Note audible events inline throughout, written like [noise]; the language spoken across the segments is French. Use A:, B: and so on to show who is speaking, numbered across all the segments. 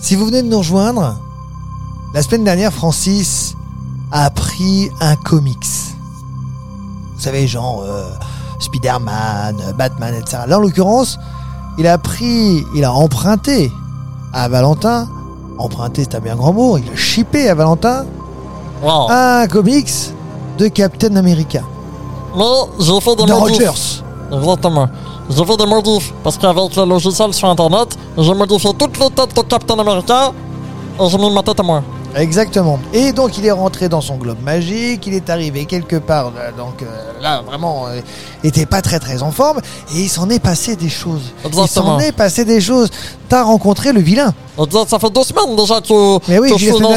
A: Si vous venez de nous rejoindre, la semaine dernière, Francis a appris un comics. Vous savez, genre euh, Spider-Man, Batman, etc. Là, en l'occurrence, il a appris, il a emprunté à Valentin, emprunté c'est un bien grand mot, il a shippé à Valentin
B: Wow.
A: un comics de Captain America.
B: Mais j'ai fait des
A: de
B: modifs.
A: Rogers.
B: Exactement. J'ai fait des modifs parce qu'avec le logiciel sur internet, j'ai modifié toutes les têtes de Captain America et j'ai mis ma tête à moi.
A: Exactement. Et donc il est rentré dans son globe magique, il est arrivé quelque part, là, donc euh, là vraiment, euh, il était pas très très en forme, et il s'en est passé des choses. Il s'en
B: Exactement.
A: est passé des choses. T'as rencontré le vilain.
B: Exact, ça fait deux semaines déjà que,
A: Mais oui,
B: que
A: j'ai
B: je euh, suis dans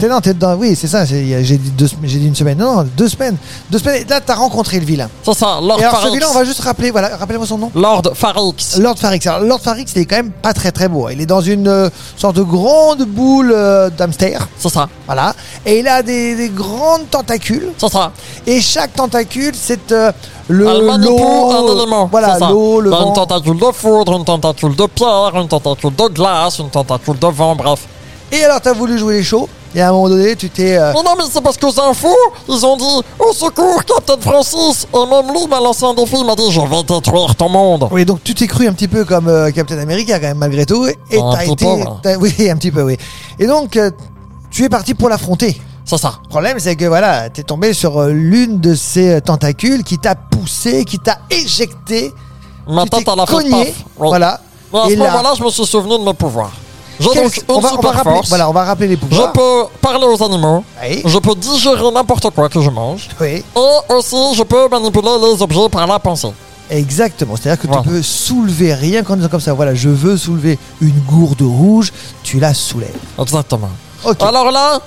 B: ce...
A: non, t'es dedans. Oui, c'est ça. c'est- il y a- J'ai dit, deux sem- j'ai dit une semaine. Non, non, deux semaines. Deux semaines. Et Là, t'as rencontré le vilain.
B: C'est ça, Lord
A: Et alors ce
B: Farix.
A: vilain, on va juste rappeler, voilà, rappelez-moi son nom.
B: Lord Farix.
A: Lord Farix. Alors, Lord Farix, il est quand même pas très très beau. Il est dans une euh, sorte de grande boule euh, d'hamster.
B: C'est ça,
A: Voilà. Et il a des, des grandes tentacules.
B: c'est ça.
A: Et chaque tentacule, c'est euh, le
B: Elle manipule un
A: l'eau.
B: élément.
A: Voilà,
B: c'est ça.
A: l'eau, le
B: Bah,
A: vent.
B: Une tentacule de foudre, une tentacule de pierre, une tentacule de glace, une tentacule de vent, bref.
A: Et alors, t'as voulu jouer les shows. Et à un moment donné, tu t'es. euh,
B: Oh Non, non, mais c'est parce que c'est un fou Ils ont dit Au secours, Captain Francis Et même lui m'a lancé un défi, il m'a dit Je vais détruire ton monde
A: Oui, donc tu t'es cru un petit peu comme euh, Captain America quand même malgré tout, et
B: Un
A: t'as
B: peu
A: été,
B: pauvre.
A: t'as- oui, un petit peu, oui. Et donc euh, tu es parti pour l'affronter.
B: C'est ça.
A: Le problème, c'est que voilà, t'es tombé sur euh, l'une de ces euh, tentacules qui t'a poussé, qui t'a éjecté,
B: Ma
A: tu t'es
B: tête à la
A: cogné,
B: fait paf. Ouais.
A: voilà.
B: Ouais, à
A: et
B: ce
A: là,
B: moment-là, je me suis souvenu de mes pouvoirs. J'ai
A: quel-
B: donc une
A: on va, on va
B: super
A: rappeler,
B: force.
A: voilà, on va rappeler les pouvoirs.
B: Je peux parler aux animaux.
A: Oui.
B: Je peux digérer n'importe quoi que je mange.
A: Oui,
B: Et aussi, je peux manipuler les objets par la pensée.
A: exactement. C'est-à-dire que
B: Voilà.
A: tu peux soulever rien qu'en disant comme ça. Voilà, je veux soulever une gourde rouge, tu la soulèves.
B: Exactement.
A: Ok.
B: Alors là,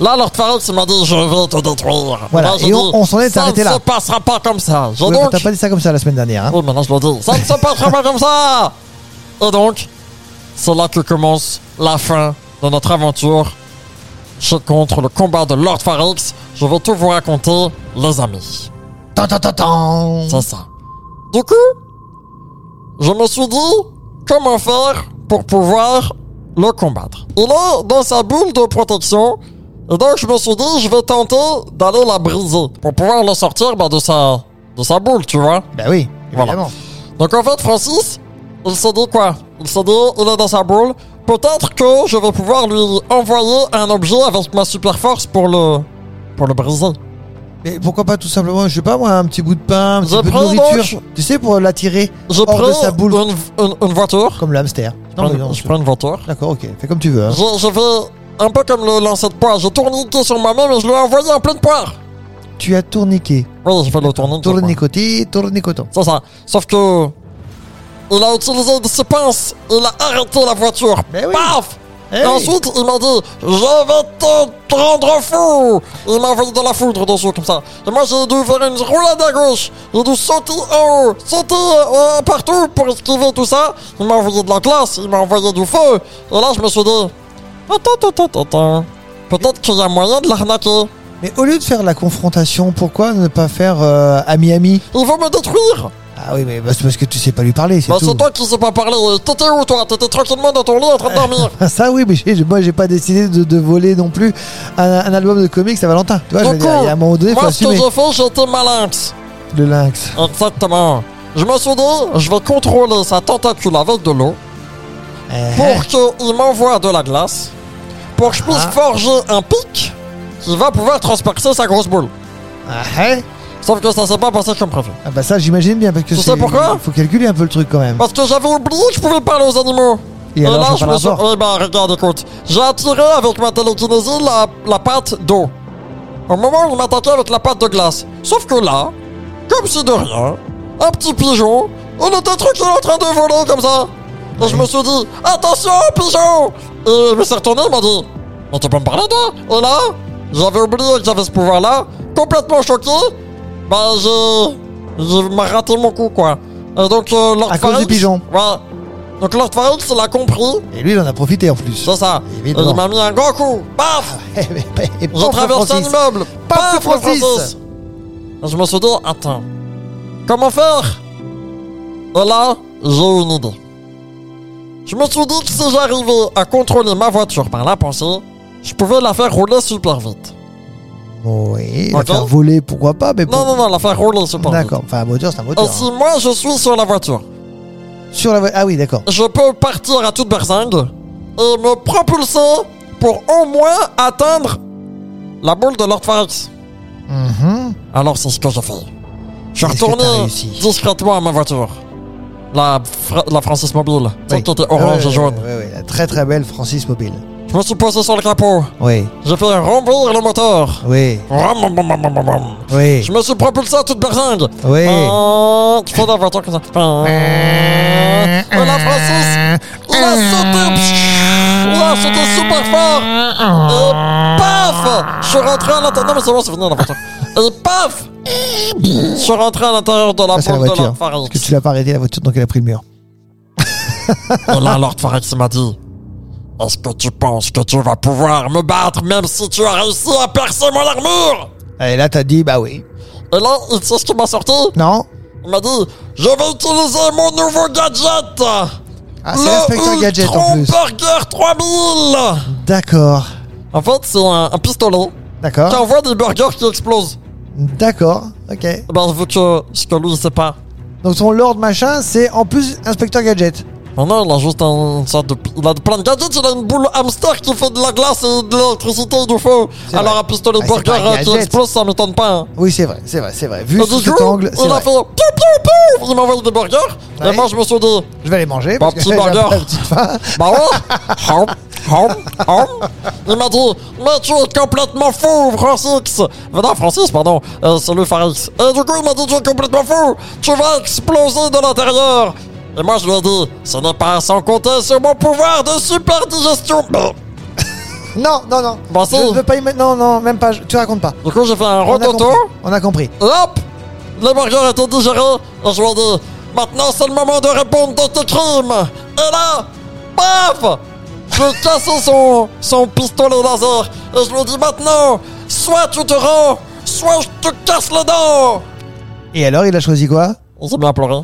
B: là, Lord Farrell m'a dit Je vais te détruire.
A: Voilà,
B: Là, j'ai
A: et on-
B: dit,
A: on s'en est
B: ça
A: arrêté là.
B: ne se passera pas comme ça. J'ai
A: Ouais, mais
B: donc Oh.
A: T'as pas dit ça comme ça la semaine dernière. hein.
B: Oui, maintenant je le dis. Ça ne se passera pas comme ça Et donc, c'est là que commence la fin de notre aventure. Je contre le combat de Lord Farix. Je vais tout vous raconter, les amis.
A: Tan, tan, tan, tan.
B: C'est ça. Du coup, je me suis dit comment faire pour pouvoir le combattre. Il est dans sa boule de protection. Et donc, je me suis dit, je vais tenter d'aller la briser pour pouvoir le sortir bah, de, sa, de sa boule, tu vois.
A: Bah oui,
B: Voilà.
A: évidemment.
B: Donc en fait, Francis, il s'est dit quoi Il s'est dit, il est dans sa boule. Peut-être que je vais pouvoir lui envoyer un objet avec ma super force pour le, pour le briser.
A: Mais pourquoi pas tout simplement, je sais pas moi, un petit bout de pain, un petit
B: Je
A: peu de
B: prends
A: nourriture,
B: donc-
A: tu sais, pour l'attirer
B: Je
A: hors de
B: prends
A: sa boule,
B: Une, une- une voiture.
A: comme le hamster.
B: Je
A: Non, mais
B: prends-
A: non,
B: je
A: c'est-
B: prends une voiture.
A: D'accord, ok, fais comme tu veux. hein.
B: Je, je vais un peu comme le lancer de poire. Je tourniqué sur moi-même et je lui ai envoyé en pleine poire.
A: Tu as tourniqué.
B: Oui, je fais le tourniquet. quoi.
A: Tournicoté, tournicoton.
B: C'est ça. Sauf que. Il a utilisé de ses pinces, il a arrêté la voiture.
A: Mais oui.
B: Paf
A: Eh
B: Et
A: oui.
B: ensuite, il m'a dit Je vais te rendre fou Il m'a envoyé de la foudre dessus, comme ça. Et moi, j'ai dû faire une roulade à gauche. J'ai dû sauter en haut, sauter euh, partout pour esquiver tout ça. Il m'a envoyé de la glace, il m'a envoyé du feu. Et là, je me suis dit Attends, attends, attends, attends. Peut-être qu'il y a moyen de l'arnaquer.
A: Mais au lieu de faire la confrontation, pourquoi ne pas faire euh, ami-ami
B: Il veut me détruire
A: Ah oui, mais bah, c'est parce que tu sais pas lui parler, c'est
B: Bah,
A: tout.
B: c'est toi qui sais pas parler. T'étais où, toi T'étais tranquillement dans ton lit en train de dormir.
A: Ah, Ça oui, mais j'ai- moi j'ai pas décidé de, de voler non plus un, un album de comics à Valentin. Tu vois, je veux
B: Donc,
A: dire, il y a un moment donné, faut
B: moi, ce que
A: assumer
B: j'ai fait, j'étais malinx.
A: le lynx.
B: Exactement. Je me suis dit, je vais contrôler sa tentacule avec de l'eau
A: Eh,
B: pour qu'il m'envoie de la glace, pour que je puisse
A: Ah.
B: forger un pic qui va pouvoir transpercer sa grosse boule.
A: ah, eh.
B: Sauf que ça s'est pas passé comme prévu.
A: Ah bah ça j'imagine bien parce que
B: Tu sais
A: c'est-
B: pourquoi
A: faut calculer un peu le truc quand même.
B: Parce que j'avais oublié que je pouvais parler aux animaux.
A: Et alors, ça
B: je
A: parle
B: me suis...
A: encore
B: Eh ben, regarde, écoute. J'ai attiré avec ma télékinésie la, la pâte d'eau. Au moment où il m'attaquait avec la pâte de glace. Sauf que là, comme si de rien, un petit pigeon, on était tranquille en train de voler comme ça. Et je me suis dit, attention, pigeon Et il me s'est retourné, il m'a dit, mais tu peux me parler, toi Et là, j'avais oublié que j'avais ce pouvoir-là, complètement choqué. Bah, j'ai. J'ai m'a raté mon coup, quoi. Et donc, euh, Lord
A: À cause du
B: Farrell-
A: pigeon.
B: Ouais. Donc Lord Farrell, il a compris,
A: Et lui, il en a profité en plus.
B: c'est ça.
A: Évidemment.
B: Il m'a mis un grand coup. Paf
A: Eh, mais- et
B: J'ai
A: pauvre
B: traversé un
A: Francis.
B: immeuble.
A: Paf,
B: Paf, Francis.
A: Francis.
B: Je me suis dit, attends, comment faire Et là, j'ai eu une idée. Je me suis dit que si j'arrivais à contrôler ma voiture par la pensée, je pouvais la faire rouler super vite.
A: Oui, la
B: D'accord.
A: faire voler, pourquoi pas, mais
B: Non, non, non, la faire rouler super vite.
A: D'accord, enfin un moteur, c'est un
B: Et
A: moteur.
B: si moi je suis sur la voiture,
A: hein. Sur la vo- Ah oui, d'accord.
B: je peux partir à toute berzingue et me propulser pour au moins atteindre la boule de Lord Farex.
A: Mhm.
B: Alors c'est ce que j'ai fait. Je suis
A: Est-ce que t'as
B: retourné
A: réussi
B: discrètement à ma voiture. La, Fra- la Francis Mobile, celle
A: Oui.
B: qui était orange
A: Ah
B: et
A: ouais,
B: jaune.
A: ouais, ouais, ouais, la très très belle Francis Mobile.
B: Je me suis posé sur le capot.
A: Oui,
B: J'ai fait remplir le moteur.
A: oui,
B: Ram, bam, bam, bam, bam, bam.
A: oui,
B: Je me suis propulsé à toute berzingue.
A: oui.
B: Ah, Tu fais la voiture comme ça. Ah. Et la Francis Il a sauté pfff, Il a sauté super fort Et paf Je suis rentré à l'intérieur... Non mais c'est bon, c'est fini la voiture. Et paf Je suis rentré à l'intérieur de la
A: Ah, c'est la
B: boule de
A: voiture.
B: Lord Farex.
A: Parce que tu l'as pas arrêté la voiture, donc elle a pris le mur.
B: Et là, Lord Farex m'a dit... Est-ce que tu penses que tu vas pouvoir me battre même si tu as réussi à percer mon armure
A: Et là, t'as dit, bah oui.
B: Et là, il sait ce qui m'a sorti
A: Non
B: Il m'a dit... Je vais utiliser mon nouveau gadget
A: Ah, c'est l'inspecteur gadget en plus.
B: Burger 3000
A: D'accord,
B: En fait, c'est un, un pistolet qui
A: d'accord,
B: envoie des burgers qui explosent.
A: d'accord, ok.
B: Eh Ben, vu que ce que lui, il sait pas.
A: Donc son Lord machin, c'est en plus inspecteur gadget.
B: Maintenant, il a juste un, une sorte de. Il a plein de gadgets, il a une boule hamster qui fait de la glace et de l'électricité et du feu.
A: C'est
B: Alors,
A: vrai.
B: un pistolet
A: Ah, c'est
B: burger
A: pas un
B: euh, qui
A: gadget.
B: explose, ça m'étonne pas. hein.
A: Oui, c'est vrai, c'est vrai, c'est vrai.
B: Et
A: Vu
B: du
A: sous
B: coup,
A: cet angle, c'est
B: il a
A: vrai.
B: fait. Piou, piou, piou Il m'a envoyé des burgers.
A: Ouais.
B: Et moi, je me suis dit.
A: Je vais aller manger
B: Bah,
A: parce que [laughs]
B: petit
A: j'ai un
B: burger.
A: peu la petite faim.
B: Bah ouais Hum, hum, hum. Il m'a dit Mais tu es complètement fou, Francis Mais Non, Francis, pardon, euh, c'est lui, Faris. Et du coup, il m'a dit Tu es complètement fou Tu vas exploser de l'intérieur Et moi, je lui ai dit Ce n'est pas sans compter sur mon pouvoir de super digestion Bah,
A: Non, non, non.
B: Bon,
A: je
B: si.
A: ne veux pas y mettre. Non, non, même pas. je- Tu racontes pas.
B: Du coup, j'ai fait un
A: On a
B: rototo,
A: compris. On a compris.
B: et hop Les burgers étaient digérés, et je lui ai dit Maintenant, c'est le moment de répondre de tes crimes Et là, paf Je casse son, son pistolet laser, et je lui ai dit Maintenant, soit tu te rends, soit je te casse les dents
A: Et alors, il a choisi quoi
B: On s'est mis à pleurer.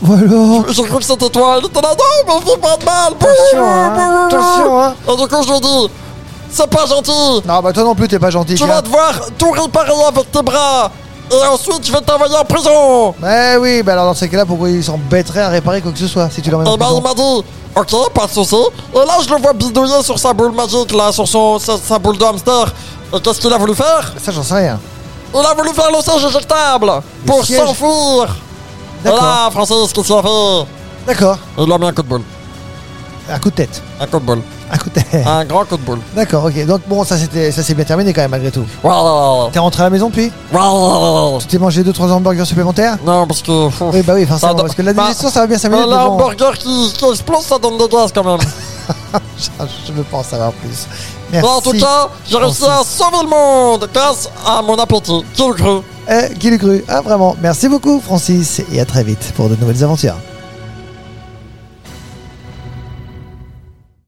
A: Voilà.
B: Je cru que c'était toi, il était là, non, mais fais pas de mal
A: Attention, hein. Attention, hein.
B: Et du coup, je lui ai dit C'est pas gentil
A: Non, bah toi non plus, t'es pas gentil.
B: Tu
A: tiens.
B: vas devoir tout réparer avec tes bras, et ensuite, je vais t'envoyer en prison
A: Eh oui, bah alors dans ces cas-là, pourquoi il s'embêterait à réparer quoi que ce soit si tu l'emmènes en
B: Et ben
A: prison
B: il m'a dit, ok, pas de soucis. Et là, je le vois bidouiller sur sa boule magique, là, sur son, sa, sa boule de hamster. Et qu'est-ce qu'il a voulu faire
A: Ça, j'en sais rien.
B: Il a voulu faire le siège éjectable
A: Le
B: pour
A: siège
B: s'enfuir. Et
A: D'accord.
B: là, Francis, qu'est-ce qu'il a fait
A: D'accord.
B: Il lui a mis un coup de boule.
A: Un coup de tête.
B: Un coup de boule.
A: Un coup de tête.
B: Un grand coup de boule.
A: D'accord, ok. Donc bon, ça c'était, ça s'est bien terminé quand même malgré tout.
B: Waouh
A: T'es rentré à la maison puis
B: Waouh
A: Tu t'es mangé 2-3 hamburgers supplémentaires
B: Non, parce que. pff,
A: Oui, bah oui, forcément,
B: Ça doit-
A: parce que la
B: bah,
A: digestion ça va bien s'améliorer.
B: un
A: mais bon,
B: hamburger qui, qui explose, ça donne des gaz
A: [laughs]
B: quand même.
A: Ah, Je veux pas en savoir plus.
B: Mais
A: Merci.
B: Bah, en tout cas, j'ai réussi à sauver le monde grâce à mon appétit. Qui le crut
A: Eh, qui l'eût cru Ah, vraiment. Merci beaucoup, Francis, et à très vite pour de nouvelles aventures.